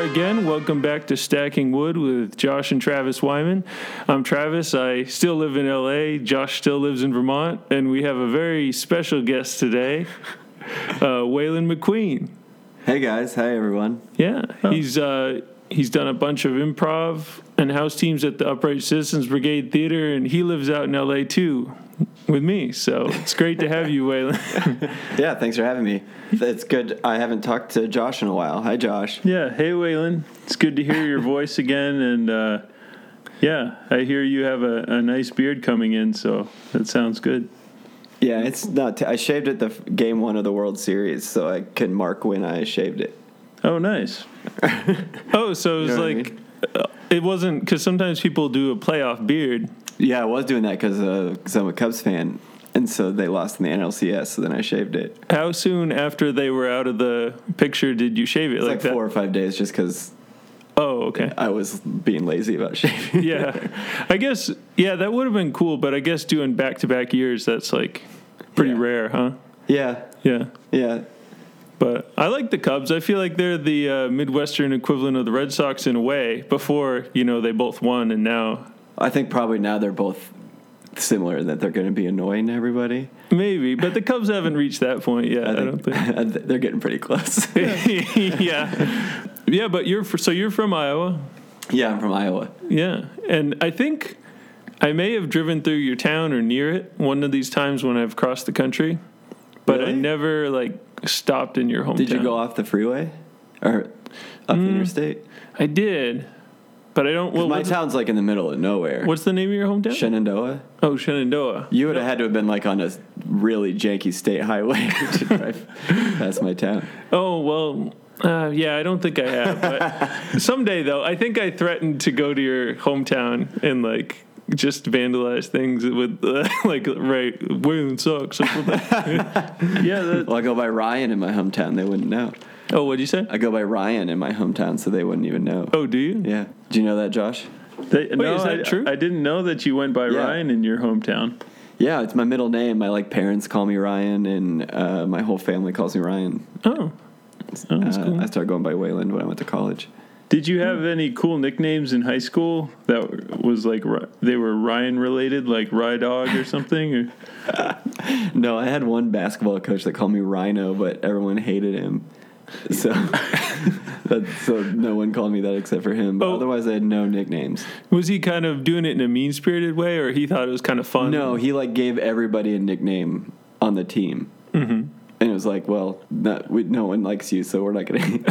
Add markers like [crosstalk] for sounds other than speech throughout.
Welcome back to Stacking Wood with Josh and Travis Wyman. I'm Travis. I still live in LA. Josh still lives in Vermont. And we have a very special guest today, uh, Waylon McQueen. Hey guys, hey everyone. Yeah, he's uh, he's done a bunch of improv and house teams at the Upright Citizens Brigade Theater, and he lives out in LA too with me. So it's great to have you, Waylon. Yeah, thanks for having me. It's good. I haven't talked to Josh in a while. Hi, Josh. Yeah. Hey, Waylon. It's good to hear your voice again. And uh, yeah, I hear you have a, a nice beard coming in, so that sounds good. Yeah, it's not. T- I shaved it the f- game one of the World Series, so I can mark when I shaved it. [laughs] Oh, nice. oh, so it was You know what I like uh, it wasn't because sometimes people do a playoff beard. Yeah, I was doing that because I'm a Cubs fan, and so they lost in the NLCS, so then I shaved it. It's How soon after they were out of the picture did you shave it like, that? four or five days, just because Oh, okay. I was being lazy about [laughs] shaving. yeah, I guess. Yeah, that would have been cool, but I guess doing back to back years, that's like pretty Yeah. rare, huh? yeah, Yeah. yeah. But I like the Cubs. I feel like they're the uh, Midwestern equivalent of the Red Sox in a way. Before you know, they both won, and now I think probably now they're both similar in that they're going to be annoying to everybody. maybe. But the Cubs haven't reached that point yet. I, don't [laughs] think. they're getting pretty [laughs] close. yeah, yeah. But you're fr- so you're from Iowa. yeah, I'm from Iowa. Yeah, and I think I may have driven through your town or near it one of these times when I've crossed the country, but I Really? never like stopped in your hometown. Did you go off the freeway or up Mm. the interstate? I did, but I don't. 'Cause Well, my what's, town's like in the middle of nowhere. what's the name of your hometown? Shenandoah? oh, Shenandoah. You would have had to have been like on a really janky state highway [laughs] to drive past my town. Oh well. Uh, yeah, I don't think I have. But someday, though, I think I threatened to go to your hometown and like just vandalize things with [laughs] uh, like right wound socks. or something. [laughs] Yeah. That, Well, I go by Ryan in my hometown. They wouldn't know. oh, what'd you say? I go by Ryan in my hometown, so they wouldn't even know. Oh, do you? Oh, Yeah. Do you know that, Josh? that, Uh, no, is that I, true? I didn't know that you went by Yeah. Ryan in your hometown. Yeah, it's my middle name. My like parents call me Ryan, and uh, my whole family calls me Ryan. Oh, Oh, that's Uh, cool. I started going by Wayland when I went to college. Did you have any cool nicknames in high school that was like Ry- they were Ryan related, like Rye Dog or something? Or, No, I had one basketball coach that called me Rhino, but everyone hated him. So, [laughs] that, so no one called me that except for him. But Oh. otherwise, I had no nicknames. Was he kind of doing it in a mean spirited way, or he thought it was kind of fun? No, he like gave everybody a nickname on the team. Mm-hmm. And it was like, well, not, we, no one likes you, so we're not gonna. [laughs] and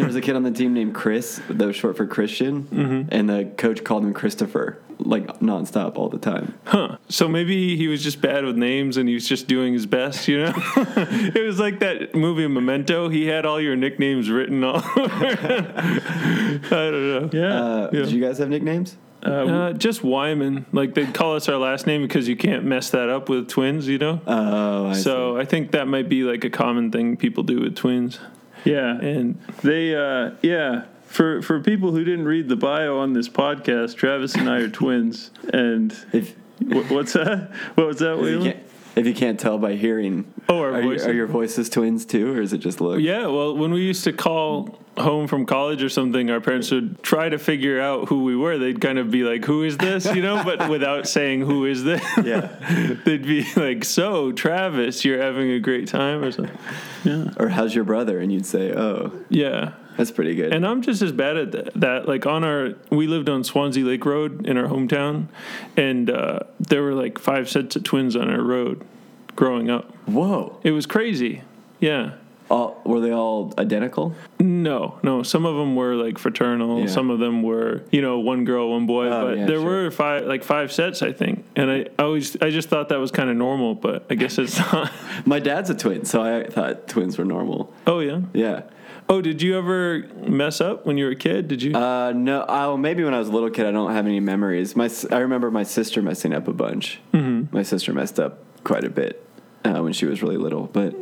there was a kid on the team named Chris that was short for Christian, Mm-hmm. and the coach called him Christopher like nonstop all the time. Huh. So maybe he was just bad with names and he was just doing his best, you know? [laughs] it was like that movie Memento. He had all your nicknames written all [laughs] over. I don't know. yeah. Uh, Yeah. Did you guys have nicknames? Uh, just Wyman. Like they'd call us our last name because you can't mess that up with twins, you know? Oh, I so I think that might be like a common thing people do with twins. yeah. And They, uh, yeah. For for people who didn't read the bio on this podcast, Travis and I are twins. And see. if, wh- what's that? What was that? if you Waylon? can't, if you can't tell by hearing, Hmm? Oh, our are, you- voices. are your voices twins too, or is it just look? Yeah, well, when we used to call home from college or something, our parents would try to figure out who we were. They'd kind of be like, "Who is this?" you know, but [laughs] without saying who is this. [laughs] Yeah. They'd be like, "So, Travis, you're having a great time or something." Or how's your brother? And you'd say, oh, Yeah. that's pretty good. And I'm just as bad at that. that. Like on our, we lived on Swansea Lake Road in our hometown, and uh, there were like five sets of twins on our road growing up. Whoa, It was crazy. Yeah. all, were they all identical? No, no. Some of them were like fraternal. Yeah. Some of them were, you know, one girl, one boy. Oh, but yeah, there sure. were five, like five sets, I think. And I, I always, I just thought that was kind of normal, but I guess it's [laughs] not. My dad's a twin, so I thought twins were normal. oh yeah. Yeah. Oh, did you ever mess up when you were a kid? Did you? Uh, no, oh, maybe when I was a little kid, I don't have any memories. My, s- I remember my sister messing up a bunch. Mm-hmm. My sister messed up quite a bit uh, when she was really little, but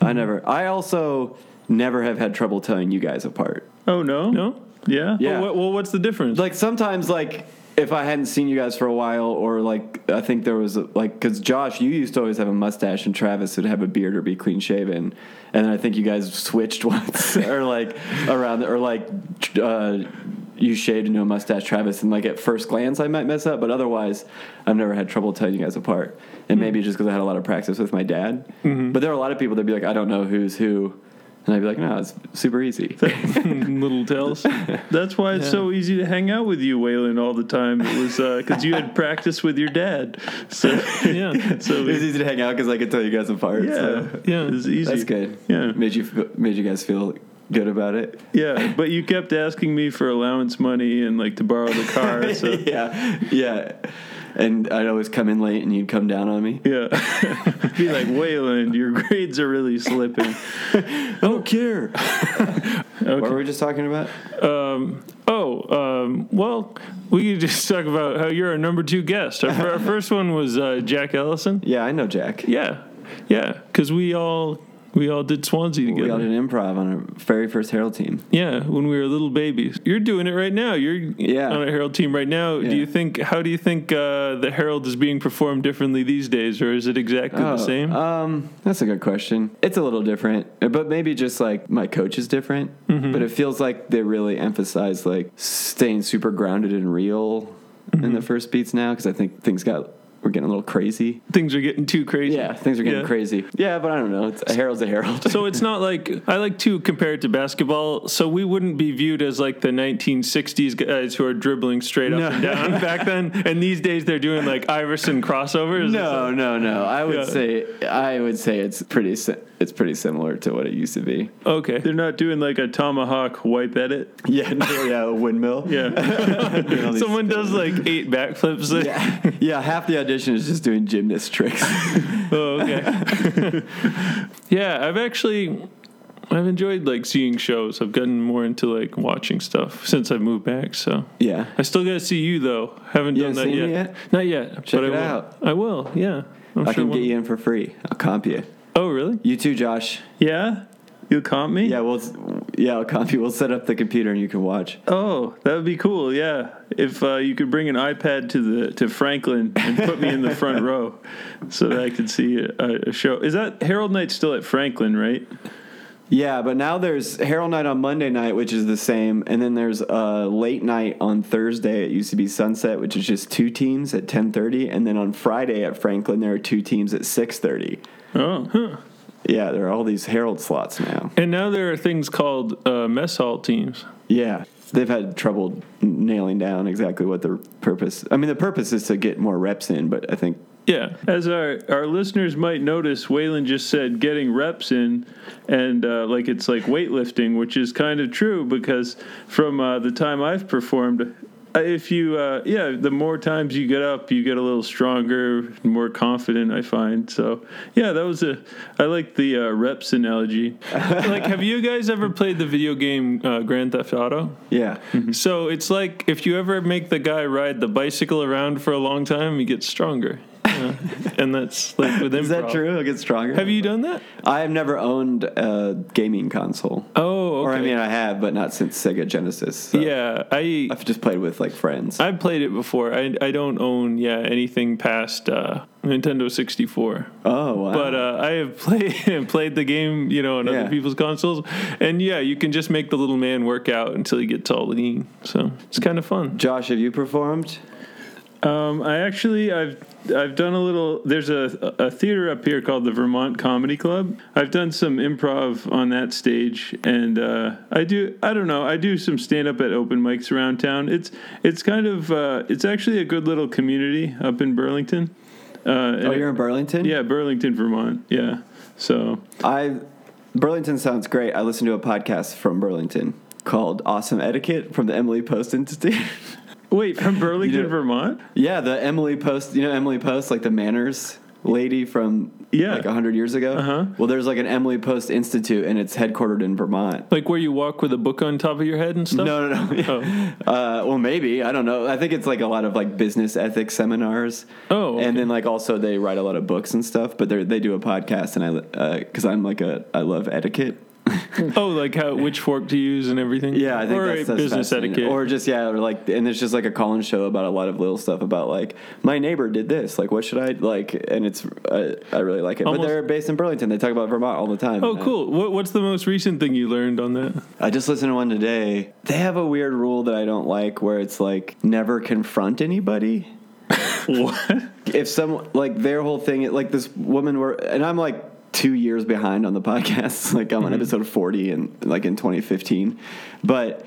I Mm-hmm. never. I also never have had trouble telling you guys apart. Oh no. no. Yeah. Oh, Yeah. what, well, what's the difference? Like sometimes, like if I hadn't seen you guys for a while, or like I think there was a, like because Josh, you used to always have a mustache, and Travis would have a beard or be clean shaven, and then I think you guys switched [laughs] once, or like around, or like uh, you shaved into a mustache, Travis, and like at first glance I might mess up, but otherwise I've never had trouble telling you guys apart, Hmm. and maybe just because I had a lot of practice with my dad, Mm-hmm. but there are a lot of people that'd be like, I don't know who's who. And I'd be like, no, it's super easy. [laughs] Little tells. [laughs] That's why it's so easy to hang out with you, Waylon, all the time. It was because you had practice with your dad, so [laughs] Yeah. [laughs] [laughs] so it was easy to hang out because I could tell you guys apart. yeah, so. Yeah. it was easy. That's good. Yeah. made you f- made you guys feel good about it. Yeah, but you kept asking me for allowance money and like to borrow [laughs] the car. So yeah, yeah. And I'd always come in late, and you'd come down on me. yeah, [laughs] be like Waylon, your grades are really slipping. [laughs] I don't care. [laughs] What were we just talking about? Um, oh, um, well, we could just talk about how you're our number two guest. Our, our first one was uh, Jack Ellison. Yeah, I know Jack. Yeah, yeah, because we all we all did Swansea We all together. did improv on our very first Herald team. Yeah, when we were little babies. You're doing it right now. You're Yeah. on a Herald team right now. Yeah. Do you think? How do you think uh, the Herald is being performed differently these days, or is it exactly the Oh, same? Um, that's a good question. It's a little different, but maybe just like my coach is different. But it feels like they really emphasize like staying super grounded and real in the first beats now because I think things got were getting a little crazy. Things are getting too crazy. Yeah, things are getting Yeah. crazy. Yeah, but I don't know. It's, a herald's [laughs] a [laughs] herald. So it's not like I like to compare it to basketball. So we wouldn't be viewed as like the 1960s guys who are dribbling straight up No. and [laughs] down back then. And these days they're doing like Iverson crossovers. no, no, no. I would Yeah. say I would say it's pretty si- it's pretty similar to what it used to be. Okay. They're not doing like a tomahawk wipe edit. Yeah, [laughs] no, yeah, a windmill. [laughs] [laughs] Yeah, Someone does like eight backflips. yeah, [laughs] yeah. Half the audition is just doing gymnast tricks. [laughs] Oh, okay. [laughs] yeah, I've actually I've enjoyed like seeing shows. I've gotten more into like watching stuff since I moved back. So [laughs] yeah, I still gotta see you though. Haven't You done that haven't seen yet. me yet? Not yet. Check but it I will. out. I will. Yeah. I'm i can one- get you in for free. I'll comp you. Oh, really? You too, Josh. yeah. You comp me? Yeah, we'll s- yeah, I'll comp you. We'll set up the computer and you can watch. Oh, that would be cool. Yeah, if uh, you could bring an iPad to the to Franklin and put me in [laughs] the front row, so that I could see a, a show. Is that Harold Knight still at Franklin? Right? Yeah, but now there's Herald Night on Monday night, which is the same, and then there's uh, late night on Thursday at UCB Sunset, which is just two teams at ten thirty, and then on Friday at Franklin there are two teams at six thirty. Oh, Yeah, there are all these Herald slots now. And now there are things called uh, mess hall teams. Yeah, they've had trouble nailing down exactly what the purpose. I mean, the purpose is to get more reps in, but I think Yeah. As our, our listeners might notice, Waylon just said getting reps in, and uh, like it's like weightlifting, which is kind of true because from uh, the time I've performed, uh, if you, uh, yeah, the more times you get up, you get a little stronger, more confident, I find. So, yeah, that was a, I like the uh, reps analogy. like, have you guys ever played the video game uh, Grand Theft Auto? yeah, So it's like if you ever make the guy ride the bicycle around for a long time, he gets stronger. Yeah. and that's like with improv. is that true? It gets stronger. Have you done that? I have never owned a gaming console. Oh, okay. Or I mean, I have, but not since Sega Genesis. so. yeah, I I've just played with like friends. I played it before. I I don't own yeah anything past uh, Nintendo sixty four. oh wow! But uh, I have [laughs] played played the game, you know, on Yeah. other people's consoles, and yeah, you can just make the little man work out until he gets all lean. So it's kind of fun. Josh, have you performed? Um, I actually I've I've done a little. There's a a theater up here called the Vermont Comedy Club. I've done some improv on that stage, and uh, I do I don't know I do some stand up at open mics around town. It's it's kind of uh, it's actually a good little community up in Burlington. Uh, Oh, you're in Burlington. yeah, Burlington, Vermont. Yeah, so I Burlington sounds great. I listened to a podcast from Burlington called "Awesome Etiquette" from the Emily Post [laughs] Institute. wait [laughs] from Burlington, know- Vermont. yeah, the Emily Post. You know Emily Post, like the manners lady from Yeah. like hundred years ago. Uh-huh. Well, there's like an Emily Post Institute, and it's headquartered in Vermont. Like where you walk with a book on top of your head and stuff. Oh. No, no, no. [laughs] [laughs] Uh, well, maybe I don't know. I think it's like a lot of like business ethics seminars. Oh, okay. and then like also they [laughs] uh, write a lot of books and stuff. But they they do a podcast, and I because I'm like a I love etiquette. Oh, like how which fork to use and everything. Yeah, I think or that's, a that's business fascinating. etiquette. Or just yeah, or like, and there's just like a Colin show about a lot of little stuff about like my neighbor did this. Like, what should I like? And it's uh, I really like it. but Almost- they're based in Burlington. They talk about Vermont all the time. oh, And I- cool. What, what's the most recent thing you learned on that? I just listened to one today. They have a weird rule that I don't like, where it's like never confront anybody. What? If some like their whole thing, like this woman, were and I'm like two years behind on the podcast. [laughs] Like I'm on episode 40 and like in 2015, but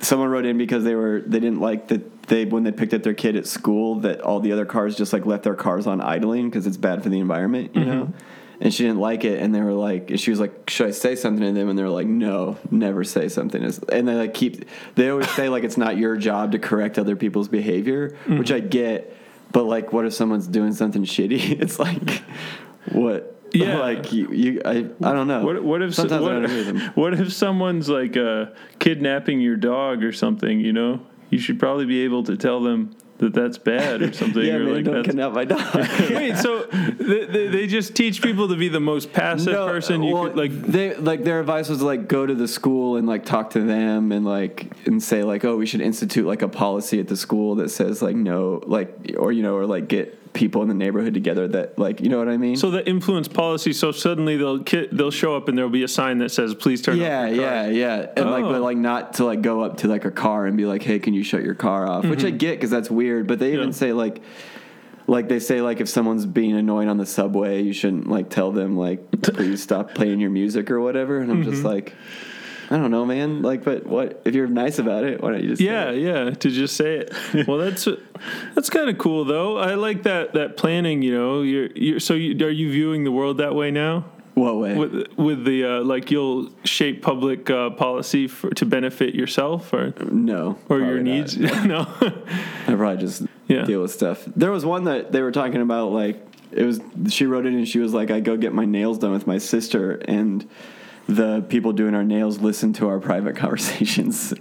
someone wrote in because they were they didn't like that they when they picked up their kid at school that all the other cars just like left their cars on idling because it's bad for the environment, you know. And she didn't like it, and they were like, and she was like, "Should I say something to them?" And they were like, "No, never say something." It's- And they like keep, they always say like it's not your job to correct other people's behavior, which I get, but like, what if someone's doing something shitty? [laughs] It's like, what? Yeah. [laughs] like you, you I, I don't know. What, what if sometimes I what, [laughs] don't hear them. what if someone's like uh, kidnapping your dog or something? You know, you should probably be able to tell them that that's bad or [laughs] something. Yeah, or man, like don't [laughs] that's, kidnap my dog. Wait, so they, they, they just teach people to be the most passive No, person you well, could like. they like their advice was like go to the school and like talk to them and like and say like oh we should institute like a policy at the school that says like no like or you know or like get people in the neighborhood together that like you know what I mean. So that influence policy. So suddenly they'll ki- they'll show up and there'll be a sign that says, "Please turn." off yeah, your car." yeah, yeah, and like, Oh. but like, not to like go up to like a car and be like, "Hey, can you shut your car off?" Which I get because that's weird. But they even Mm-hmm. Yeah. say like, like they say like if someone's being annoying on the subway, you shouldn't like tell them like, [laughs] "Please stop playing your music" or whatever. And I'm Mm-hmm. just like, I don't know, man. Like, but what if you're nice about it? Why don't you just? say Yeah, it? yeah, to just say [laughs] it. Well, that's that's kind of cool though. I like that that planning. You know, you're you're so you, are you viewing the world that way now? What way? With with the uh, like, you'll shape public uh, policy for, to benefit yourself or no. or probably your not. needs. [laughs] no, I probably just Yeah. deal with stuff. There was one that they were talking about, like it was she wrote it and she was like, I go get my nails done with my sister and the people doing our nails listen to our private [laughs] conversations.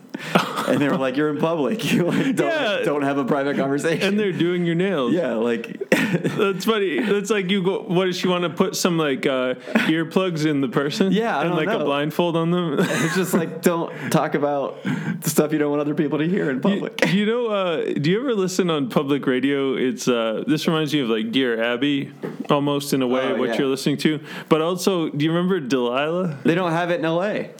and they were like, You're in public. [laughs] You like, don't, Yeah. don't have a private conversation. [laughs] and they're doing your nails. yeah, like [laughs] That's funny. That's like you go. What does she want to put some like uh, earplugs in the person? Yeah, I and don't like a know. blindfold on them. [laughs] it's just like don't talk about the stuff you don't want other people to hear in You, public. you know, uh, do you ever listen on public radio? It's uh, this reminds me of like Dear Abby, almost in a way Oh, what yeah. you're listening to. But also, do you remember Delilah? They don't have it in LA.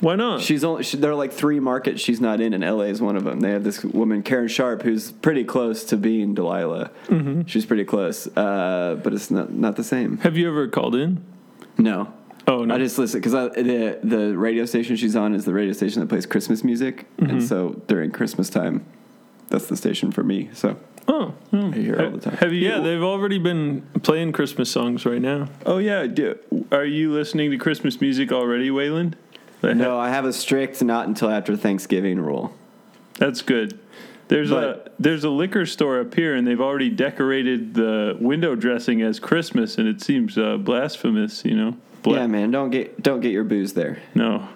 Why not? She's only she, there are like three markets she's not in, and LA is one of them. They have this woman Karen Sharp who's pretty close to being Delilah. Mm-hmm. She's pretty close, uh, but it's not not the same. Have you ever called in? No. Oh, no. I just listen because the the radio station she's on is the radio station that plays Christmas music, Mm-hmm. and so during Christmas time, that's the station for me. So Oh, hmm. I hear it all the time. have you? Yeah, they've already been playing Christmas songs right now. Oh yeah, do, are you listening to Christmas music already, Wayland? no, I have a strict not until after Thanksgiving rule. That's good. There's But- a there's a liquor store up here, and they've already decorated the window dressing as Christmas, and it seems uh, blasphemous, you know. Bla- yeah, man, don't get don't get your booze there. No,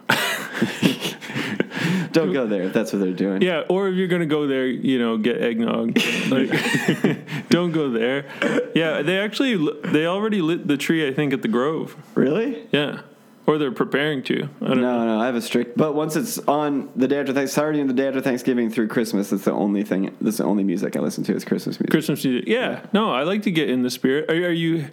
Don't go there if that's what they're doing. [laughs] Yeah, or if you're gonna go there, you know, get eggnog. Like, [laughs] don't go there. Yeah, they actually li- they already lit the tree, I think, at the Grove. Really? Yeah, or they're preparing to. Uh, I don't know. No, no, I have a strict. But once it's on the day after Thanksgiving, Saturday and the day after Thanksgiving through Christmas, that's the only thing. That's the only music I listen to is Christmas music. Christmas music. Yeah. No, I like to get in the spirit. Are, are you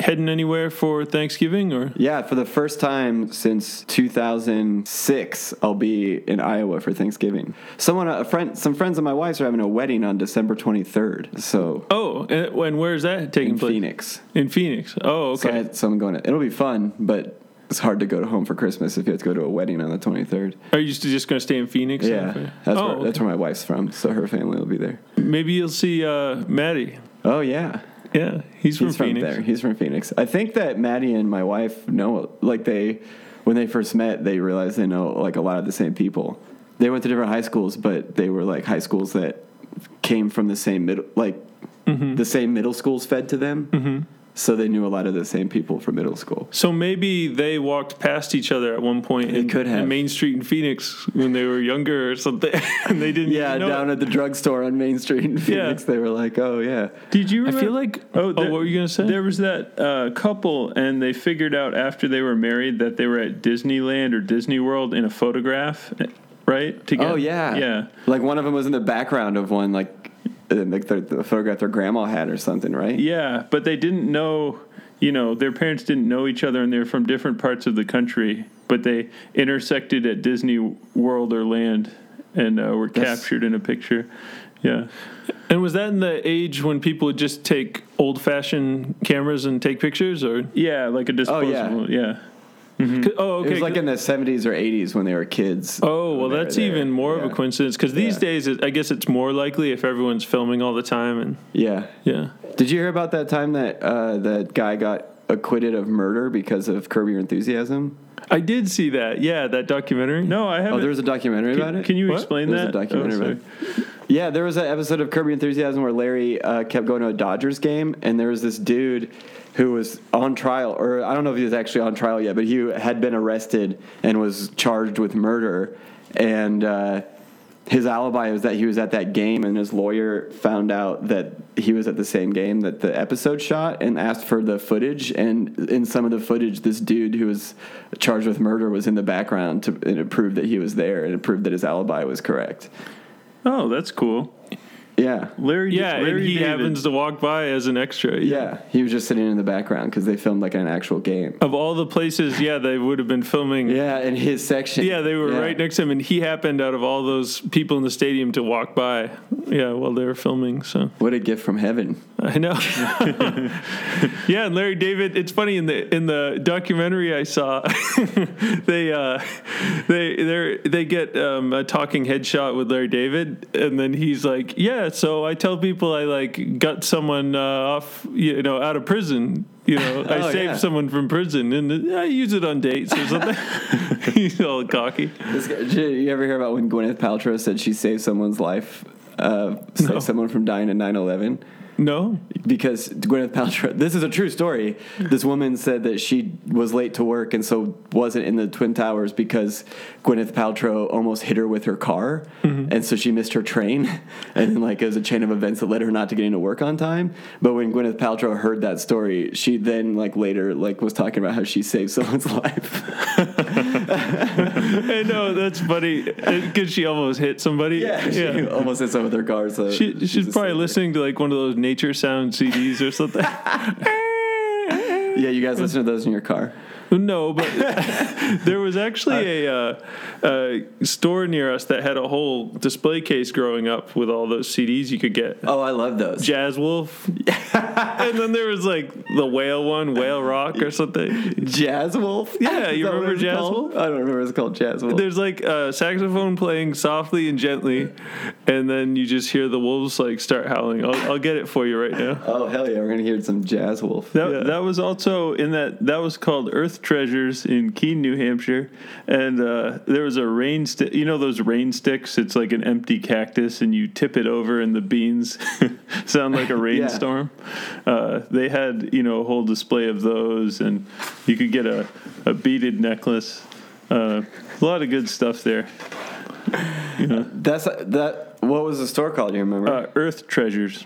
heading anywhere for Thanksgiving or? yeah, for the first time since 2006, I'll be in Iowa for Thanksgiving. Someone, a friend, some friends of my wife's are having a wedding on December 23rd. So Oh, and, and where is that taking in place? Phoenix, In Phoenix. Oh, so, okay. I, so I'm going. To, it'll be fun, but it's hard to go to home for Christmas if you have to go to a wedding on the 23rd. are you just going to stay in Phoenix? Yeah, that's, oh, where, that's where my wife's from, so her family will be there. maybe you'll see uh, Maddie. Oh yeah. Yeah, he's from He's from, Phoenix. there. He's from Phoenix. I think that Maddie and my wife know, like they, when they first met, they realized they know like a lot of the same people. They went to different high schools, but they were like high schools Mm-hmm. that came from the same middle, like the same middle schools fed to them. So they knew a lot of the same people from middle school. So maybe they walked past each other at one point. They in, could have. in Main Street in Phoenix when they were younger or something, [laughs] and they didn't. Yeah, even know down it. at the drugstore on Main Street in Phoenix, they were like, "Oh yeah, Did you? I Remember? feel like. Oh, Oh, there- what were you gonna say? There was that uh, couple, and they figured out after they were married that they were at Disneyland or Disney World in a photograph, right? Together. oh yeah, yeah. Like one of them was in the background of one, like uh, like the, the photograph their grandma had or something, right? Yeah, but they didn't know, you know, their parents didn't know each other and they're from different parts of the country, but they intersected at Disney World or land and uh, were That's- captured in a picture. Yeah. and was that in the age when people would just take old-fashioned cameras and take pictures, or? Yeah, like a yeah. disposable. yeah. Oh, okay. It was like in the '70s or '80s when they were kids. Oh well, They're that's there. even more of Yeah. a coincidence because these Yeah. days, it, I guess it's more likely if everyone's filming all the time, and Yeah. yeah, Did you hear about that time that uh, that guy got acquitted of murder because of Curb Your Enthusiasm? I did see that. Yeah, that documentary. No, I haven't. Oh, there was a documentary about can, it. can you What? explain There's that? a documentary Oh, about sorry. it. Yeah, there was an episode of Curb Your Enthusiasm where Larry uh, kept going to a Dodgers game, and there was this dude who was on trial, or I don't know if he was actually on trial yet, but he had been arrested and was charged with murder, and uh, his alibi was that he was at that game, and his lawyer found out that he was at the same game that the episode shot, and asked for the footage, and in some of the footage, this dude who was charged with murder was in the background to and it proved that he was there, and it proved that his alibi was correct. Oh, that's cool. Yeah. Larry, Yeah, Larry and he David. happens to walk by as an extra. Yeah, he was just sitting in the background because they filmed like an actual game. Of all the places, yeah, they would have been filming. Yeah, Yeah, in his section. they were Yeah. right next to him, and he happened out of all those people in the stadium to walk by. Yeah, while they were filming. So What a gift from heaven! I [laughs] know. yeah, and Larry David. It's funny in the in the documentary I saw, [laughs] they uh, they they they get um, a talking headshot with Larry David, and then he's like, "Yeah, so I tell people I like got someone uh, off, you know, out of prison." You know, I [laughs] Oh, saved yeah. someone from prison, and I use it on dates or something. [laughs] He's all cocky. [laughs] This guy, did you ever hear about when Gwyneth Paltrow said she saved someone's life, uh, saved someone from dying in 9-11? [laughs] No, Because Gwyneth Paltrow, this is a true story. This woman said that she was late to work and so wasn't in the Twin Towers because Gwyneth Paltrow almost hit her with her car, Mm-hmm. and so she missed her train. [laughs] And then, like, it was a chain of events that led her not to get into work on time. But when Gwyneth Paltrow heard that story, she then, like, later, like, was talking about how she saved [laughs] someone's life. I know that's funny because she almost hit somebody. [laughs] she almost hit someone with her car. So She, she's, a probably saver. listening to like one of those nature sound CDs or something. Yeah, you guys listen to those in your car. no, but [laughs] there was actually a, uh, a store near us that had a whole display case growing up with all those CDs you could get. Oh, I love those. Jazz Wolf, and then there was like the whale one, whale rock or something. Jazz Wolf? Yeah, Is you that what remember it's Jazz called? Wolf? I don't remember. It's called Jazz Wolf. There's like a saxophone playing softly and gently, and then you just hear the wolves like start howling. I'll, I'll get it for you right now. Oh hell yeah, we're gonna hear some Jazz Wolf. That, Yeah. that was also in that that was called Earth Treasures in Keene, New Hampshire, and uh, there was a rain stick. You know those rain sticks? It's like an empty cactus, and you tip it over, and the beans [laughs] sound [laughs] like a rainstorm. uh, they had you know a whole display of those, and you could get a, a beaded necklace. Uh, a lot of good stuff there. That's that. What was the store called? Do you remember? Uh, Earth Treasures.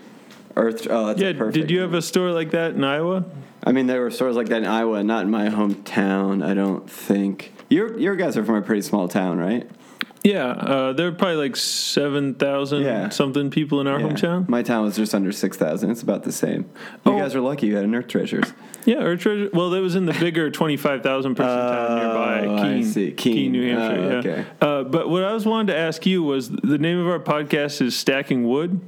Earth. Oh, that's Yeah, a perfect. did you have name. a store like that in Iowa? I mean, there were stores like that in Iowa, not in my hometown. I don't think. Your your guys are from a pretty small town, right? Yeah, uh, there are probably like 7,000 Yeah. something people in our Yeah. hometown. My town was just under six thousand. It's about the same. You Oh. guys are lucky. You had an Earth Treasures. Yeah, or treasure. Well, that was in the [laughs] bigger 25,000 person town Oh, nearby, I Keene, see. Keene, Keene. New Hampshire. Oh, yeah. okay. Uh, but what I was wanting to ask you was the name of our podcast is Stacking Wood.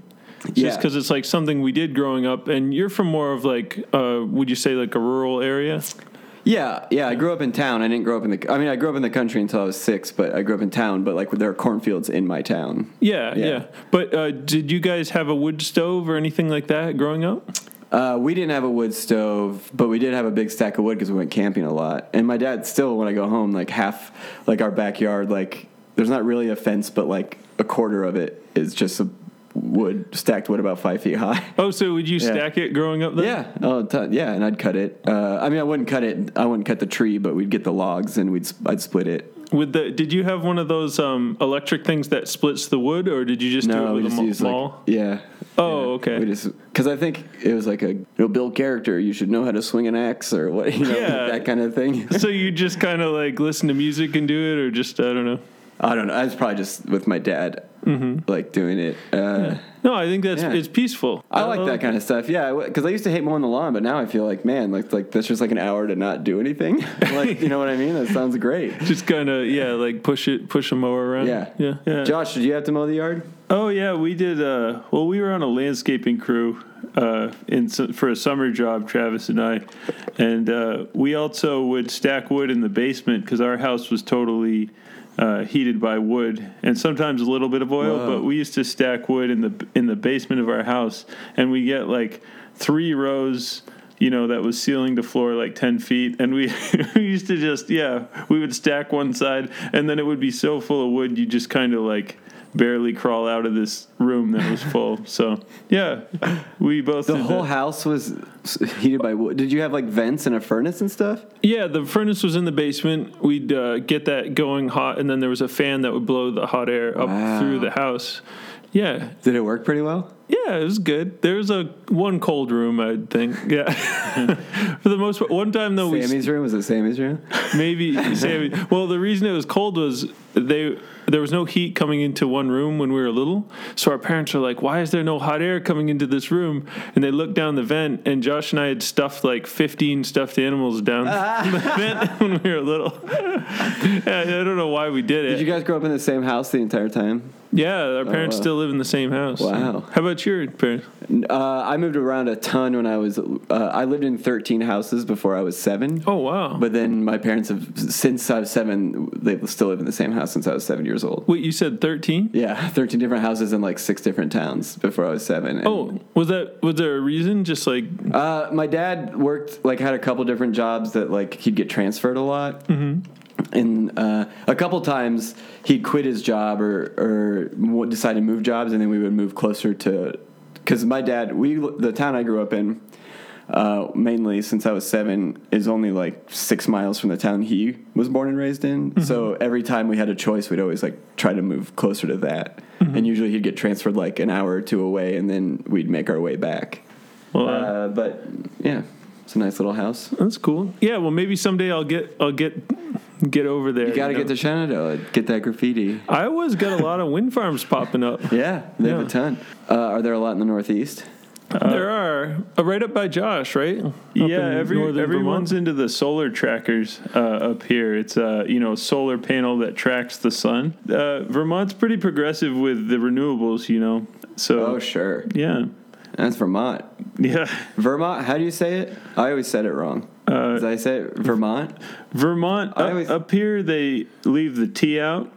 Just Yeah. because it's like something we did growing up, and you're from more of like, uh, would you say like a rural area? Yeah, yeah. I grew up in town. I didn't grow up in the. I mean, I grew up in the country until I was six, but I grew up in town. But like, there are cornfields in my town. Yeah, yeah. Yeah. But uh, did you guys have a wood stove or anything like that growing up? Uh, we didn't have a wood stove, but we did have a big stack of wood because we went camping a lot. And my dad still, when I go home, like half, like our backyard, like there's not really a fence, but like a quarter of it is just a wood, stacked wood about five feet high. [laughs] Oh, so would you Yeah. stack it growing up? Then? Yeah. Oh, t- yeah. And I'd cut it. Uh, I mean, I wouldn't cut it. I wouldn't cut the tree, but we'd get the logs and we'd sp- I'd split it. With the did you have one of those um, electric things that splits the wood, or did you just do it No, with we a just ma- use maul? like yeah. Oh, Yeah. okay. We just because I think it was like a you know, build character. You should know how to swing an axe or what you know Yeah. that kind [laughs] of thing. so you just kind of like listen to music and do it, or just I don't know. I don't know. I was probably just with my dad, Mm-hmm. like doing it. Uh, No, I think that's Yeah. it's peaceful. Um, I like that kind of stuff. Yeah, because I used to hate mowing the lawn, but now I feel like man, like like that's just like an hour to not do anything. [laughs] [laughs] like you know what I mean? That sounds great. Just kind of yeah, like push it, push a mower around. Yeah. yeah, yeah. Josh, did you have to mow the yard? Oh yeah, we did. Uh, well, we were on a landscaping crew uh, in su- for a summer job, Travis and I, and uh, we also would stack wood in the basement because our house was totally uh, heated by wood and sometimes a little bit of oil. Whoa. But we used to stack wood in the in the basement of our house, and we get like three rows. You know that was ceiling to floor like ten feet, [laughs] and we, we used to just yeah we would stack one side, and then it would be so full of wood you just kind of like barely crawl out of this room that [laughs] was full. so yeah, we both The did whole that. house was heated by wood. Did you have like vents and a furnace and stuff? Yeah, the furnace was in the basement. We'd uh, get that going hot, and then there was a fan that would blow the hot air up Wow. through the house. Yeah, Did it work pretty well? Yeah, it was good. There was a one cold room, I think. Yeah, [laughs] for the most part. One time though, we Sammy's room was it Sammy's [laughs] room? maybe Sammy. Well, the reason it was cold was they there was no heat coming into one room when we were little. So our parents were like, "Why is there no hot air coming into this room?" And they looked down the vent, and Josh and I had stuffed like fifteen stuffed animals [laughs] down the vent [laughs] when we were little. Yeah, I don't know why we did it. Did you guys grow up in the same house the entire time? yeah, our parents wow. still live in the same house. Wow. How about your parents? Uh, I moved around a ton when I was. Uh, I lived in 13 houses before I was seven. Oh wow. But then my parents have since I was seven. They still live in the same house since I was seven years old. Wait, you said thirteen? Yeah, [laughs] 13 different houses in like six different towns before I was seven. And, Oh, was that was there a reason? Just like Uh, my dad worked like had a couple different jobs that like he'd get transferred a lot, and uh, a couple times he'd quit his job or or w- decide to move jobs, and then we would move closer to because my dad we the town I grew up in. Uh, mainly since I was seven, is only like six miles from the town he was born and raised in. Mm-hmm. So every time we had a choice, we'd always like try to move closer to that. Mm-hmm. And usually he'd get transferred like an hour or two away, and then we'd make our way back. well, uh, Uh, but yeah, it's a nice little house. that's cool. Yeah, well maybe someday I'll get I'll get get over there. You got to know? get to Shenandoah, get that graffiti. I always got a lot of wind farms popping up. [laughs] Yeah, they have Yeah. a ton. Uh, are there a lot in the Northeast? there are uh, right up by Josh, right? Up Yeah, in every, northern everyone's Vermont. into the solar trackers uh, up here. It's a you know solar panel that tracks the sun. Uh, Vermont's pretty progressive with the renewables, you know. So Oh, sure. yeah, [laughs] That's Vermont. yeah. Vermont, how do you say it? I always said it wrong. Uh, Did I say it? Vermont? Vermont I up, always- up here they leave the T out.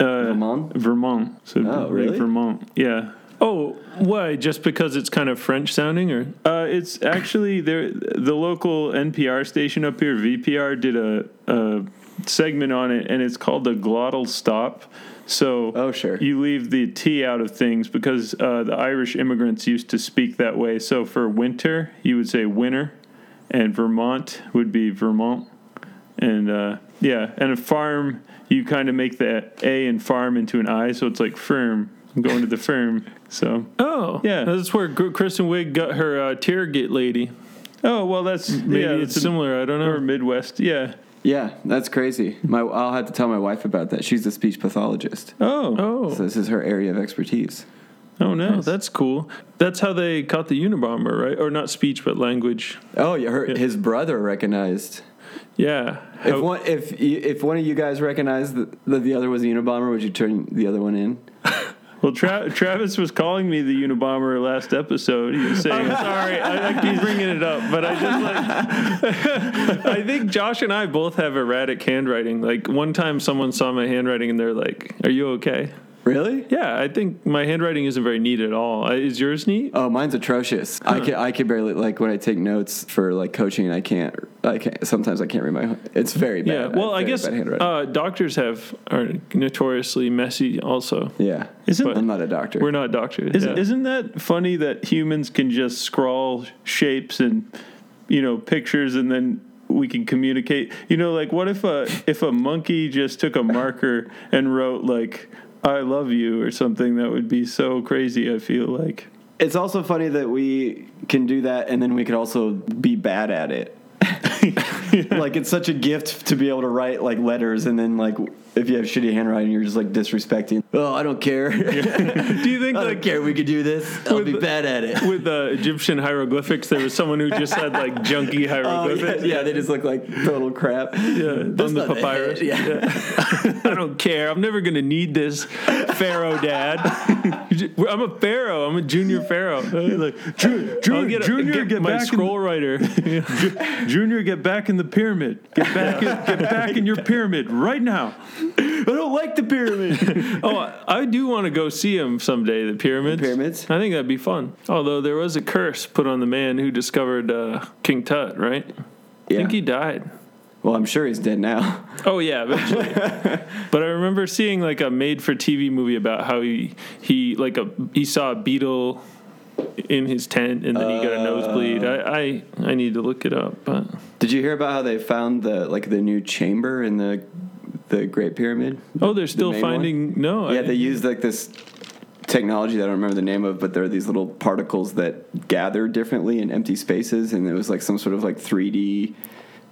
Uh, Vermont? Vermont. So Oh, like really? Vermont. Yeah. Oh, why? Just because it's kind of French sounding, or Uh, it's actually there. The local NPR station up here, VPR, did a, a segment on it, and it's called the glottal stop. So, Oh, sure. you leave the T out of things because uh, the Irish immigrants used to speak that way. So for winter, you would say winter, and Vermont would be Vermont, and uh, yeah, and a farm you kind of make the A in farm into an I, so it's like firm. I'm going to the firm. So oh, Yeah. that's where Gr- Kristen Wiig got her uh, Terragate lady. oh well, that's Maybe yeah, it's that's a- similar. I don't or know. Midwest, yeah. Yeah, that's crazy. My, I'll have to tell my wife about that. She's a speech pathologist. Oh, Oh, So this is her area of expertise. oh no, oh, that's cool. That's how they caught the Unabomber, right? Or not speech, but language. Oh, you heard his brother recognized. Yeah. If How- one, if you, if one of you guys recognized that that the other was a Unabomber, would you turn the other one in? well, Tra- [laughs] Travis was calling me the Unabomber last episode. He [laughs] was saying, I'm sorry. I, I [laughs] keep bringing it up, but I just like. [laughs] I think Josh and I both have erratic handwriting. Like one time, someone saw my handwriting and they're like, "Are you okay?" Really? Yeah, I think my handwriting isn't very neat at all. Uh, Is yours neat? Oh, mine's atrocious. I can I can barely like when I take notes for like coaching. I can't. I can't. Sometimes I can't read my. It's very bad. yeah. Well, have I very guess bad handwriting. uh, doctors have are notoriously messy. Also, yeah. Isn't I'm not a doctor. we're not doctors. Isn't, yeah. isn't that funny that humans can just scrawl shapes and you know pictures and then we can communicate? You know, like what if a if a monkey just took a marker and wrote like "I love you" or something? That would be so crazy. I feel like It's also funny that we can do that, and then we could also be bad [laughs] at it. like it's such a gift to be able to write like letters, and then like if you have shitty handwriting, you're just like disrespecting. [laughs] Oh, I don't care. Do you think I like don't care. We could do this. I'll be With- bad [laughs] at it. with uh, Egyptian hieroglyphics, there was someone who just had like junky [laughs] Oh, yeah, hieroglyphics? [laughs] yeah, they just look like total crap. [laughs] Yeah, on the not a papyrus. head, [laughs] yeah. [laughs] I don't care. I'm never gonna need this, Pharaoh [laughs] Dad. I'm a Pharaoh. I'm a junior Pharaoh. like Ju- Ju- I'll get, Junior, get, get, my back scroll writer. [laughs] in the, Junior, get back in the pyramid. Get back, in, [laughs] get back in your pyramid right now. I don't like the pyramid. oh, I, I do want to go see him someday. The pyramids. The pyramids? I think that'd be fun. Although there was a curse put on the man who discovered uh, King Tut, right? I [laughs] yeah. think he died. Well, I'm sure he's dead now. [laughs] Oh yeah, eventually. but I remember seeing like a made-for-TV movie about how he he like a he saw a beetle in his tent and then he got a nosebleed. I, I I need to look it up, but Did you hear about how they found the like the new chamber in the the Great Pyramid? oh, they're still main finding no. Oh, I- Yeah, they used like this technology that I don't remember the name of, but there are these little particles that gather differently in empty spaces, and it was like some sort of like 3D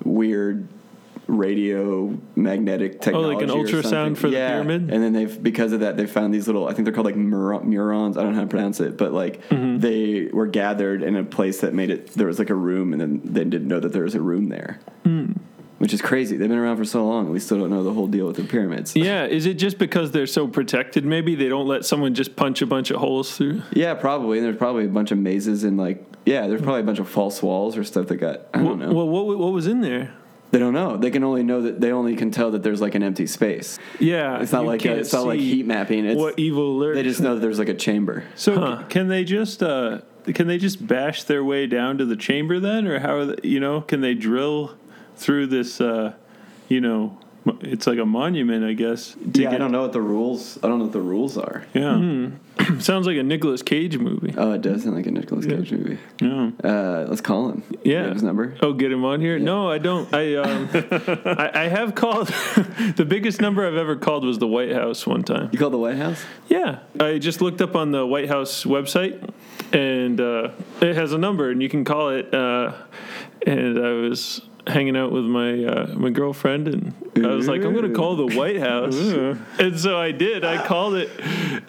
weird radio magnetic Oh, technology. like an or ultrasound something. for the Yeah, pyramid? And then they've because of that they found these little I think they're called like mur- murons. I don't know how to pronounce it, but like Mm-hmm. they were gathered in a place that made it there was like a room, and then they didn't know that there was a room there. Hmm. Which is crazy. They've been around for so long, and we still don't know the whole deal with the [laughs] pyramids. yeah, is it just because they're so protected? Maybe they don't let someone just punch a bunch of holes through. Yeah, probably. And there's probably a bunch of mazes and like yeah, there's probably a bunch of false walls or stuff that got I don't know. Well, what what was in there? they don't know. They can only know that they only can tell that there's like an empty space. Yeah, It's not Uh, you like a, can't it's not like see heat mapping. It's what evil lurks? they just know that there's like a chamber. So c- Huh. can they just uh, can they just bash their way down to the chamber then, or how are they, you know can they drill through this? Uh, you know, mo- it's like a monument, I guess. to yeah, I get- don't know what the rules. I don't know what the rules are. Yeah, Hmm. [clears throat] sounds like a Nicolas Cage movie. Oh, it does sound like a Nicolas Cage movie. yeah. Uh, let's call him. You Yeah. have his number. Oh, get him on here? No, I don't. I [laughs] um, I, I have called. [laughs] the biggest number I've ever called was the White House one time. You call the White House? Yeah, I just looked up on the White House website, and uh, it has a number, and you can call it. Uh, and I was hanging out with my uh, my girlfriend, and I was like, I'm going to call the White House, and so I did. I called it,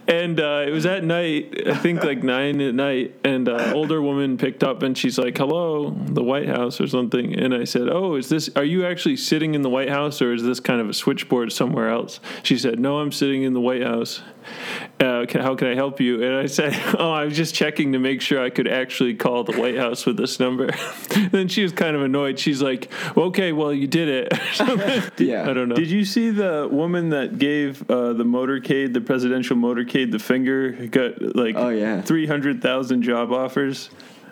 and uh, it was at night. I think like nine at night, and uh, older woman picked up, and she's like, "Hello, the White House" or something, and I said, "Oh, is this? Are you actually sitting in the White House, or is this kind of a switchboard somewhere else?" She said, "No, I'm sitting in the White House." uh, can, how can I help you? And I said, [laughs] oh, I was just checking to make sure I could actually call the White House with this number. [laughs] then she was kind of annoyed. She's like, well, okay, well, you did it. [laughs] Yeah. I don't know. Did you see the woman that gave uh, the motorcade, the presidential motorcade, the finger? Got like Oh, yeah. three hundred thousand job offers.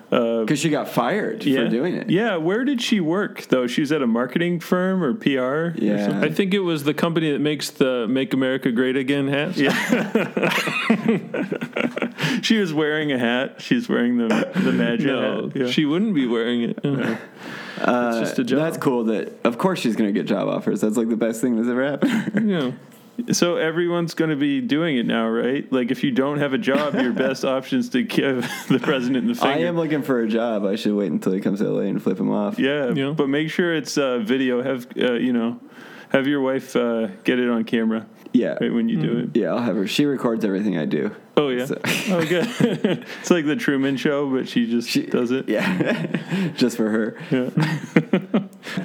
Uh, Because she got fired for doing it. Yeah, where did she work though? She was at a marketing firm or PR. Yeah. I think it was the company that makes the Make America Great Again hats. Yeah. She was wearing a hat. She's wearing the [laughs] the magic No, hat. Yeah. she wouldn't be wearing it. it's just a job. Uh, That's cool. That of course she's gonna get job offers. That's like the best thing that's ever [laughs] happened. yeah. so everyone's going to be doing it now, right? Like if you don't have a [laughs] job, your best options to give [laughs] the president the finger. I am looking for a job. I should wait until he comes to LA and flip him off. yeah, Yeah. but make sure it's uh, video. Have uh, you know, have your wife uh, get it on camera Yeah. right, when you do it. Yeah, I'll have her. She records everything I do. Oh, yeah. So- Oh, good. [laughs] it's like the Truman Show, but she just does it. Yeah, [laughs] just for her.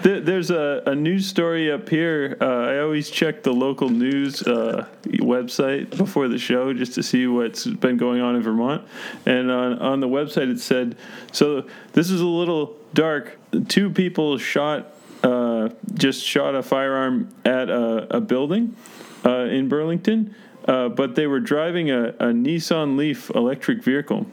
There, there's a, a news story up here. Uh, I always check the local news uh, website before the show just to see what's been going on in Vermont. And on, on the website, it said so this is a little dark. Two uh, people shot, uh, just shot a firearm at a, a building. uh, in Burlington, uh, but they were driving a, a Nissan Leaf electric vehicle.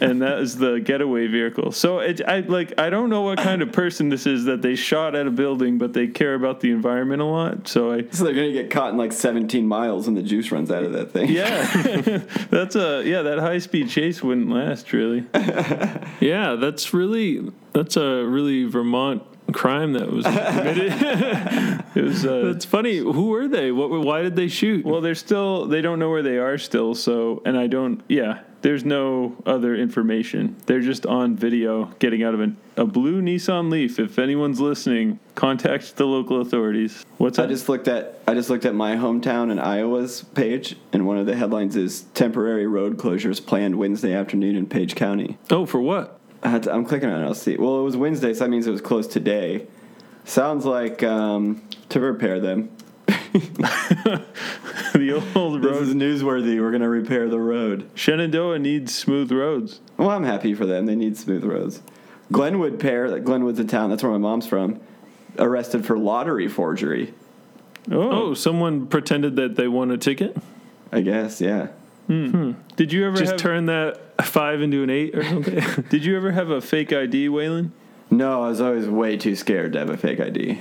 and that is the getaway vehicle. So it, I like I don't know what kind of person this is that they shot at a building, but they care about the environment a lot. So I So they're gonna get caught in like 17 miles when the juice runs out of that thing. yeah, [laughs] that's a yeah that high speed chase wouldn't last really. Yeah, that's really that's a really Vermont crime that [laughs] was committed. It was uh, that's funny. Who were they? What? were- Why did they shoot? Well, they're still they don't know where they are still, so and I don't yeah, there's no other information. They're just on video getting out of an, a blue Nissan Leaf. If anyone's listening, contact the local authorities. What's I that? just looked at I just looked at my hometown and Iowa's page, and one of the headlines is temporary road closures planned Wednesday afternoon in Page County. oh, for what? I had to, I'm clicking on it. I'll see. Well, it was Wednesday, so that means it was closed today. Sounds like um, to repair them. [laughs] the old This road. is newsworthy. We're gonna repair the road. Shenandoah needs smooth roads. Well, I'm happy for them. They need smooth roads. Glenwood pair. That Glenwood's a town. That's where my mom's from. Arrested for lottery forgery. Oh, Oh, someone pretended that they won a ticket. I guess. Yeah. did you ever Just have, turn that five into an eight or something. did you ever have a fake ID, Waylon? No, I was always way too scared to have a fake ID.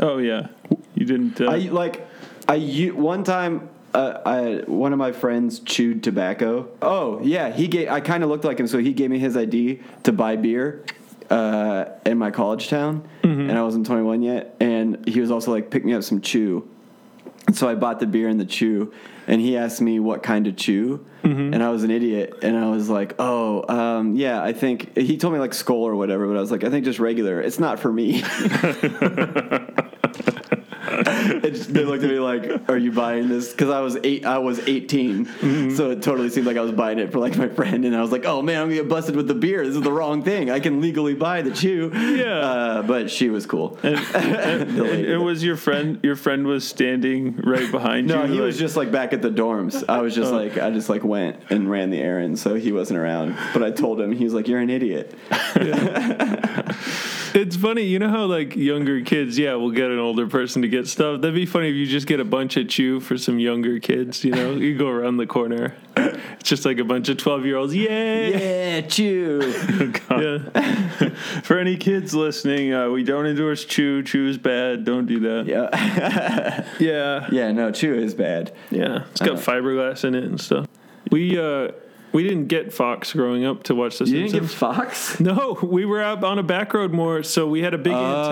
Oh yeah, you didn't. Uh, I like I u- one time uh, I one of my friends chewed tobacco. Oh yeah, he gave I kind of looked like him, so he gave me his ID to buy beer uh, in my college town, and I wasn't 21 yet. And he was also like, pick me up some chew. And So I bought the beer and the chew, and he asked me what kind of chew, Mm-hmm. and I was an idiot, and I was like, "Oh, um, yeah, I think." He told me like skull or whatever, but I was like, "I think just regular. It's not for [laughs] me." It just- they looked at me like, "Are you buying this?" Because I was eight. I was 18 Mm-hmm. so it totally seemed like I was buying it for like my friend. And I was like, "Oh man, I'm gonna get busted with the beer. This is the wrong thing. I can legally buy the chew." Yeah. uh, but she was cool. [laughs] The and lady. [laughs] it was your friend. Your friend was standing right behind you. no, he like- was just like back at the dorms. I was Oh. just like, I just like went and ran the errand, so he wasn't around. But I told him, he was like, "You're an idiot." It's funny, you know how like younger kids, yeah, will get an older person to get stuff. That'd be funny if you just get a bunch of chew for some younger kids. You know, you go around the corner, it's just like a bunch of twelve year olds. Yay! yeah, chew. [laughs] Yeah. [laughs] For any kids listening, uh, we don't endorse chew. Chew's bad. Don't do [laughs] that. yeah, Yeah. yeah. No, chew is bad. Yeah, it's got fiberglass in it and stuff. We uh we didn't get Fox growing up to watch The Simpsons. Fox. no, we were out on a back road more, so we had a big Oh.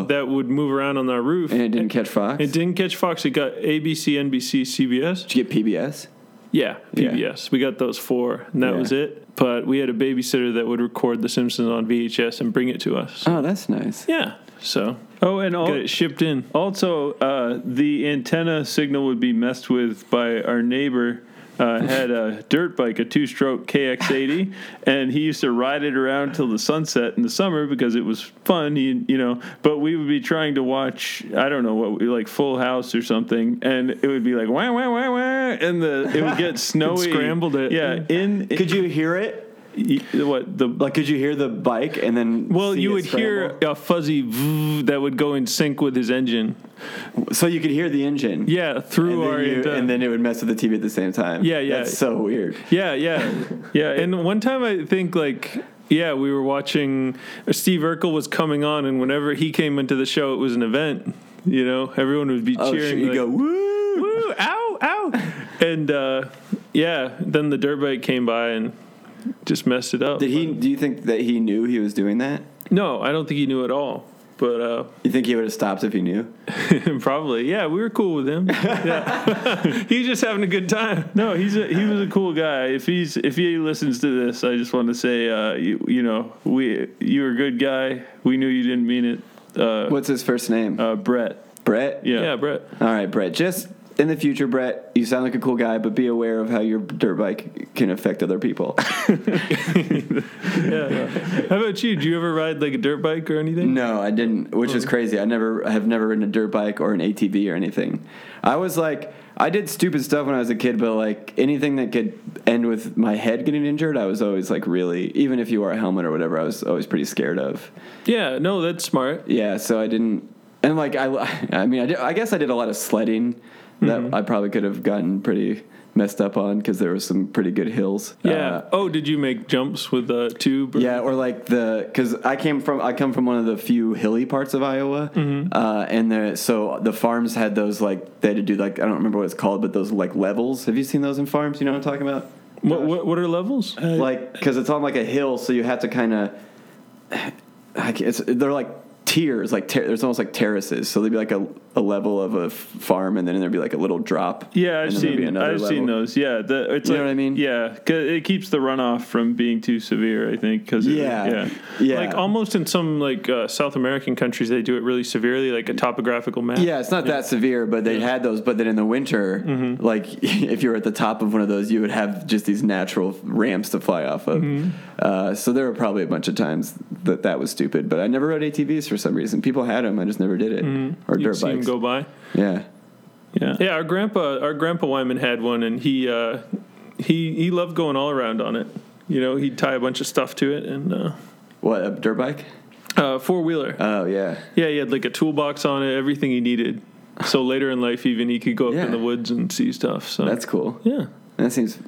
antenna that would move around on our roof. And it didn't catch Fox. it didn't catch Fox. It got ABC, NBC, CBS. Did you get PBS? Yeah, Yeah. PBS. We got those four, and that Yeah. was it. But we had a babysitter that would record The Simpsons on VHS and bring it to us. Oh, that's nice. Yeah, so Oh, and got al- it shipped in. also, uh, the antenna signal would be messed with by our neighbor. Uh, had a [laughs] dirt bike, a two-stroke KX80, and he used to ride it around till the sunset in the summer because it was fun. He, you know, but we would be trying to watch, I don't know what, we like Full House or something, and it would be like wah wah wah wah, and the it [laughs] would get snowy, scrambled it. yeah. In Could you hear it? Y- what the Like, could you hear the bike and then? Well, see you it would hear scramble? a fuzzy vroom that would go in sync with his engine. So you could hear the engine. Yeah, And through then, our you- antenna. and then it would mess with the TV at the same time. Yeah, yeah. That's so weird. yeah, yeah, [laughs] yeah And one time I think like yeah, we were watching Steve Urkel was coming on, and whenever he came into the show, it was an event. You know, everyone would be Oh, cheering. shit, you like, go woo. woo, ow, ow. And uh, yeah, then the dirt bike came by and just messed it up. Did he? Do you think that he knew he was doing that? No, I don't think he knew at all. But uh, You think he would have stopped if he knew? [laughs] probably, yeah, we were cool with him. Yeah. [laughs] he was just having a good time. No, he's a, he was a cool guy. If he's if he listens to this, I just want to say, uh, you, you know, we you were a good guy. We knew you didn't mean it, uh, What's his first name? uh, Brett. Brett. Yeah. Yeah, Brett. All right, Brett. Just in the future, Brett, you sound like a cool guy, but be aware of how your dirt bike can affect other people. [laughs] Yeah. How about you? Do you ever ride like a dirt bike or anything? No, I didn't, which is crazy. I never I have never ridden a dirt bike or an ATV or anything. I was like I did stupid stuff when I was a kid, but like anything that could end with my head getting injured, I was always like really even if you wore a helmet or whatever, I was always pretty scared of. Yeah, no, that's smart. [laughs] Yeah, so I didn't and like I I mean I did, I guess I did a lot of sledding that I probably could have gotten pretty messed up on because there was some pretty good hills. Yeah. Uh, oh, did you make jumps with uh, a tube? or- yeah, or like the because I came from I come from one of the few hilly parts of Iowa, uh, and there so the farms had those like they had to do like I don't remember what it's called, but those like levels. Have you seen those in farms? You know what I'm talking about? What, what What are levels? like because it's on like a hill, so you have to kind of. It's they're like tiers, like ter- there's almost like terraces. So there'd be like a, a level of a f- farm, and then there'd be like a little drop. Yeah, and I've then there'd be seen another I've seen level. those. Yeah, the, it's You like, know what I mean? Yeah, 'cause it keeps the runoff from being too severe. I think because Yeah. yeah, Yeah. Like almost in some like uh, South American countries, they do it really severely, like a topographical map. Yeah, it's not that severe, but they had those. But then in the winter, Mm-hmm. like [laughs] if you were at the top of one of those, you would have just these natural ramps to fly off of. Mm-hmm. Uh, so there were probably a bunch of times that that was stupid. But I never rode ATVs for some reason. People had them, I just never did it. Mm-hmm. Or you dirt see 'em bikes. go by. yeah. yeah. Yeah, our grandpa, our grandpa Wyman had one, and he uh, he he loved going all around on it. You know, he'd tie a bunch of stuff to it and uh, What a dirt bike? uh, four wheeler. Oh yeah. yeah, he had like a toolbox on it, everything he needed. So later in life, even he could go up Yeah. in the woods and see stuff. So That's cool. yeah. That seems.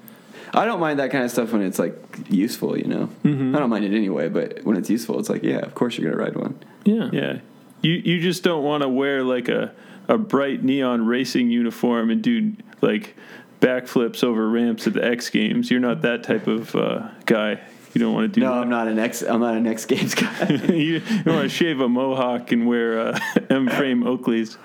I don't mind that kind of stuff when it's like useful, you know. Mm-hmm. I don't mind it anyway, but when it's useful, it's like, yeah, of course you're gonna ride one. Yeah. Yeah. You you just don't want to wear like a a bright neon racing uniform and do like backflips over ramps at the X Games. You're not that type of uh, guy. You don't want to do No, that. [laughs] I'm not an X. I'm not an X Games guy. you you want to shave a mohawk and wear uh, [laughs] M-frame Oakleys.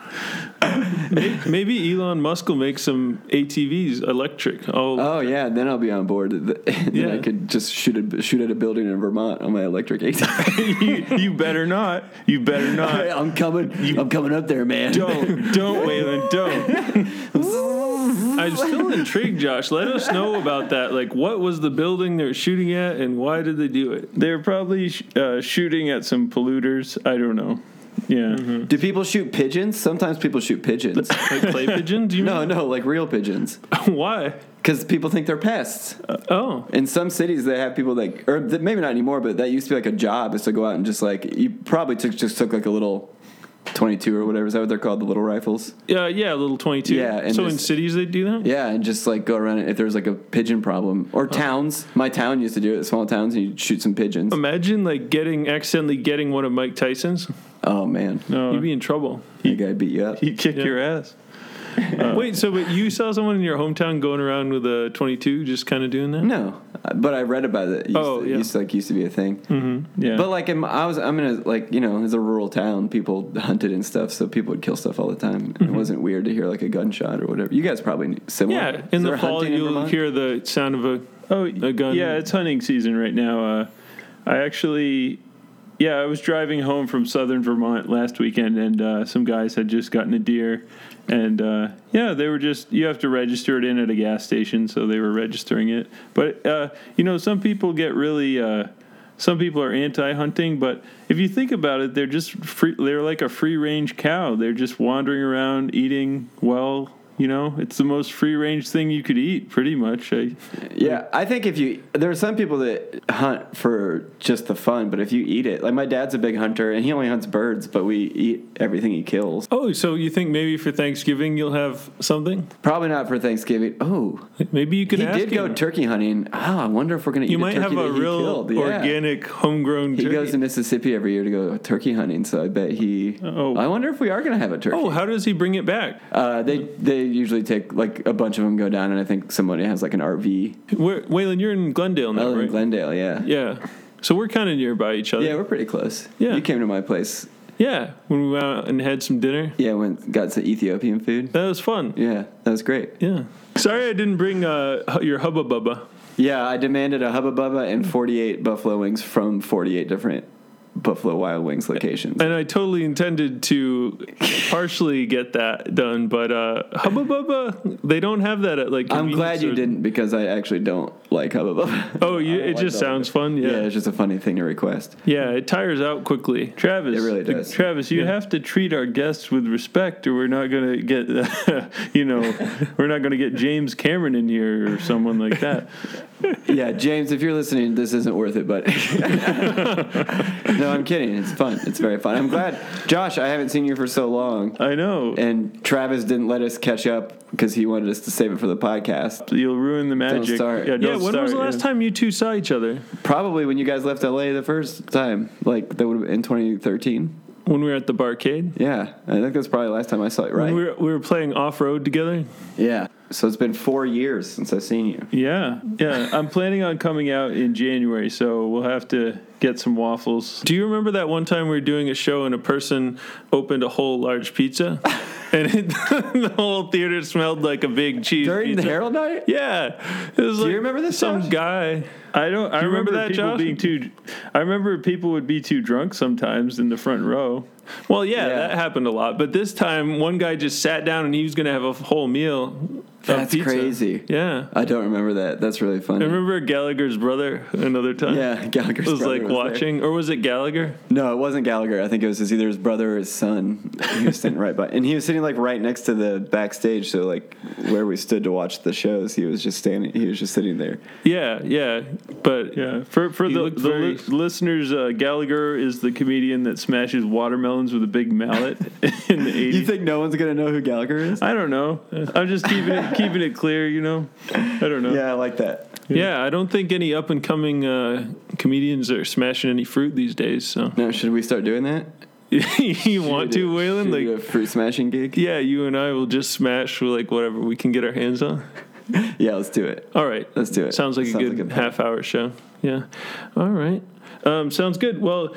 Maybe Elon Musk will make some ATVs electric. Oh, [laughs] [laughs] [laughs] oh yeah, then I'll be on board. [laughs] The- then I Yeah. could just shoot a, shoot at a building in Vermont on my [laughs] electric ATV. you, you better not. You better Hey, [laughs] not. I'm coming. I'm coming up there, man. Don't, don't, Waylon, don't. [laughs] I'm still intrigued, Josh. Let us know about that. Like, what was the building they were shooting at, and why did they do it? They're probably sh- uh, shooting at some polluters. I don't know. Yeah. Do people shoot pigeons? Sometimes people [laughs] shoot pigeons. Like clay pigeons? You no, no, like real pigeons, mean? [laughs] why? because people think they're pests. Oh, In some cities, they have people that, or th- maybe not anymore, but that used to be like a job is to go out and just like you probably took just took like a little twenty two or whatever is that what they're called the little rifles? yeah, yeah, little twenty-two. Yeah, and so in just- cities they do that. Yeah, and just like go around and if there's like a pigeon problem Oh. or towns. My town used to do it, small towns, and you would shoot some pigeons. Imagine like getting accidentally getting one of Mike Tyson's. oh man, No. You'd be in trouble. that guy beat you up. He'd kick Yeah. your ass. Wait, so but you saw someone in your hometown going around with a twenty-two, just kind of doing that? No, but I read about it. it used Oh, to, yeah. used to, like used to be a thing. Yeah. But like in, I was, I'm in a like you know, it's a rural town. People hunted and stuff, so people would kill stuff all the time. It wasn't weird to hear like a gunshot or whatever. You guys probably knew- similar. Mm-hmm. Yeah, Is in the there fall hunting in you'll Vermont? hear the sound of a Oh, a gun. Yeah, it's hunting season right now. Uh, I actually, yeah, I was driving home from southern Vermont last weekend, and uh, some guys had just gotten a deer, and uh, yeah, they were just you have to register it in at a gas station, so they were registering it. But uh, you know, some people get really. Uh, some people are anti-hunting, but if you think about it, they're just free, they're like a free-range cow. They're just wandering around eating well. You know, it's the most free-range thing you could eat, pretty much. I, Yeah, I think if you there are some people that hunt for just the fun, but if you eat it, like my dad's a big hunter and he only hunts birds, but we eat everything he kills. Oh, so you think maybe for Thanksgiving you'll have something? Probably not for Thanksgiving. Oh, Maybe you can he ask did go him. turkey hunting. Oh, I wonder if we're gonna eat you might a turkey have a that he real killed. Yeah. organic homegrown He turkey. goes to Mississippi every year to go turkey hunting, so I bet he. Oh. I wonder if we are going to have a turkey. oh, how does he bring it back? Uh, they they usually take like a bunch of them go down, and I think somebody has like an RV. Where, Waylon, you're in Glendale now, Oh, in right? Glendale, yeah. yeah, yeah. So we're kind of nearby each other. we're pretty close. Yeah. you came to my place. Yeah, When we went out and had some dinner, Yeah, went got some Ethiopian food. that was fun. Yeah, that was great. Yeah. Sorry I didn't bring uh, hu- your Hubba Bubba. Yeah, I demanded a Hubba Bubba and 48 buffalo wings from 48 different Buffalo Wild Wings locations. And I totally intended to partially get that done, but uh, Hubba Bubba, they don't have that at like. I'm convenience glad you stores. didn't because I actually don't like Hubba Bubba. Oh, you, I don't it like just that. sounds fun. [laughs] yeah. Yeah. it's just a funny thing to request. yeah. it tires out quickly. Travis, It really the- does. Travis, you have to treat our guests with respect, or we're not going to [laughs] [laughs] [laughs] get, you know, we're not going to get James Cameron in here or someone like that. yeah, James, if you're listening, this isn't worth it, but [laughs] no, I'm kidding. It's fun. It's very fun. I'm glad, Josh. I haven't seen you for so long, I know. and Travis didn't let us catch up because he wanted us to save it for the podcast. You'll ruin the magic. start. Yeah, Yeah, yeah, don't when was start, the last yeah. time you two saw each other? Probably when you guys left LA the first time, like that would have in 2013. When we were at the barcade? Yeah, I think that's probably the last time I saw you, When right? we were, we were playing off road together? yeah. So it's been four years since I've seen you. Yeah, yeah. I'm planning on coming out in January, so we'll have to get some waffles. Do you remember that one time we were doing a show and a person opened a whole large [laughs] pizza? and it, [laughs] the whole theater smelled like a big cheese During the pizza. Herald night? Yeah. It was Do you like remember this, Some Josh? guy. I don't. I you remember remember, that, people Josh? being too. I remember people would be too drunk sometimes in the front row. Well, yeah, Yeah. that happened a lot. But this time, one guy just sat down and he was going to have a whole meal. of That's pizza. crazy. Yeah. I don't remember that. That's really I funny. remember Gallagher's brother another time. yeah, Gallagher's was brother like there. watching, or was it Gallagher? No, it wasn't Gallagher. I think it was his, either his brother or his son. He was sitting right by, and he was sitting like right next to the backstage. So like where we stood to watch the shows, he was just standing. He was just sitting there. Yeah, yeah. But Yeah, for for He the, looked the very- li- listeners, uh, Gallagher is the comedian that smashes watermelons with a [laughs] big mallet in the You '80s. think no one's gonna know who Gallagher Uh, is? I don't know. I'm just keeping it keeping it clear, you know. I don't know. Yeah, I like that. yeah, I don't think any up and coming uh, comedians are smashing any fruit these days. So [laughs] Now, should we start doing that? you want to, Waylon? Like, a fruit smashing gig? yeah, you and I will just smash like whatever we can get our hands on. Yeah, let's do it. All right. Let's do it. Sounds like Sounds a good like a plan. half hour show. Yeah. All right. Um, sounds good. Well,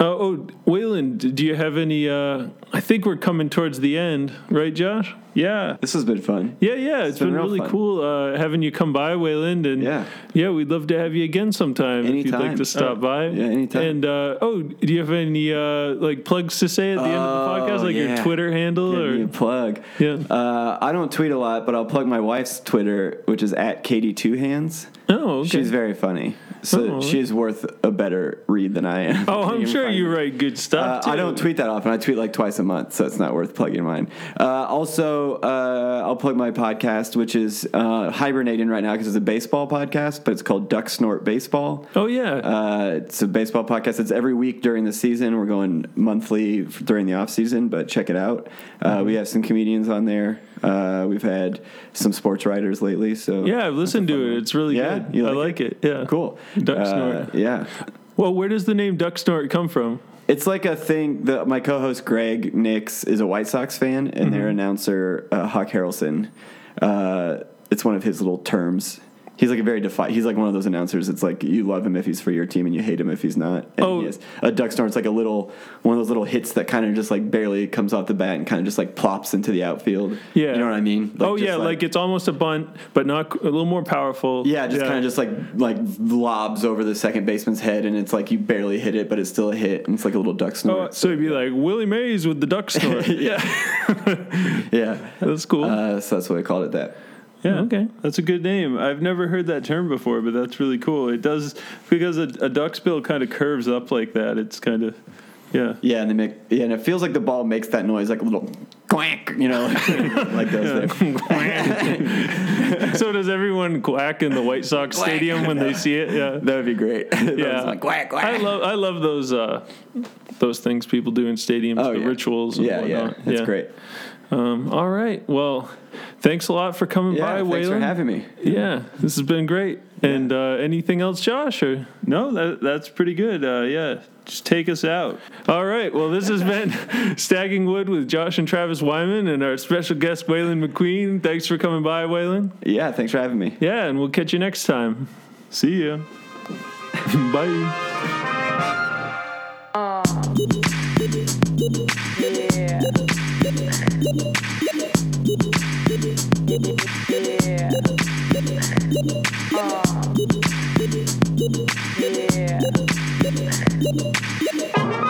uh, oh, Waylon, d- do you have any? Uh, I think we're coming towards the end, right, Josh? yeah. This has been fun. Yeah, yeah. it's been, been real really fun. cool uh, having you come by, Wayland, and Yeah. yeah, we'd love to have you again sometime if you'd like Anytime. to stop Uh, by. yeah, anytime. And uh, oh, do you have any uh, like plugs to say at the end of the Oh, podcast, like your yeah. Twitter handle Give me a or? plug. Yeah. Uh, I don't tweet a lot, but I'll plug my wife's Twitter, which is at Katie Two Hands. Oh, okay. She's very funny, so Oh. she's worth a better read than I am. oh, You I'm can sure find you me. write good Uh, stuff. I too. don't tweet that often. I tweet like twice a month, so it's not worth plugging mine. Uh, also, uh, I'll plug my podcast, which is uh, hibernating right now because it's a baseball podcast, but it's called Duck Snort Baseball. Oh yeah. Uh, it's a baseball podcast. It's every week during the season. We're going monthly f- during the off season, but check it out. Uh, we have some comedians on there. Uh, we've had some sports writers lately. So yeah, I've listened to it. It's really Yeah? good. You I like like it. Yeah. cool. Duck Uh, Snort. yeah. Well, where does the name Duck Snort come from? It's like a thing that my co-host Greg Nix is a White Sox fan, and Mm-hmm. their announcer uh, Hawk Harrelson. Uh, it's one of his little terms. He's like a very defi- He's like one of those announcers. It's like you love him if he's for your team, and you hate him if he's not. And Oh. he has- a duck snort. It's like a little one of those little hits that kind of just like barely comes off the bat and kind of just like plops into the outfield. Yeah. you know what I mean? oh just yeah, like, it's almost a bunt, but not a little more powerful. yeah, just kind of just like like lobs over the second baseman's head, and it's like you barely hit it, but it's still a hit, and it's like a little duck snort. Oh, so you'd be like Willie Mays with the Duck Snort. [laughs] yeah. yeah. That's cool. Uh, so that's why I called it that. Yeah. Okay. That's a good name. I've never heard that term before, but that's really cool. It does because a, a duck's bill kind of curves up like that. It's kind of yeah. Yeah, and they make yeah, and it feels like the ball makes that noise, like a little quack, you know, [laughs] like, like those. things. so does everyone quack in the White Sox [laughs] Quack. stadium when they see it? Yeah. That would be great. [laughs] Yeah. like, quack quack. I love I love those uh, those things people do in stadiums, the Oh, yeah. rituals. And Yeah, yeah, whatnot. it's great. Um, all right. Well, thanks a lot for coming Yeah, by, thanks for Waylon. having me. Yeah, this has been great. And uh, anything else, Josh? Or No, that, that's pretty good. Uh, yeah, just take us out. all right. Well, this has been [laughs] Stacking Wood with Josh and Travis Wyman and our special guest Waylon McQueen. Thanks for coming by, Waylon. Yeah, thanks for having me. Yeah, and we'll catch you next time. See ya. [laughs] Bye. Yeah. Yeah. Uh. Yeah.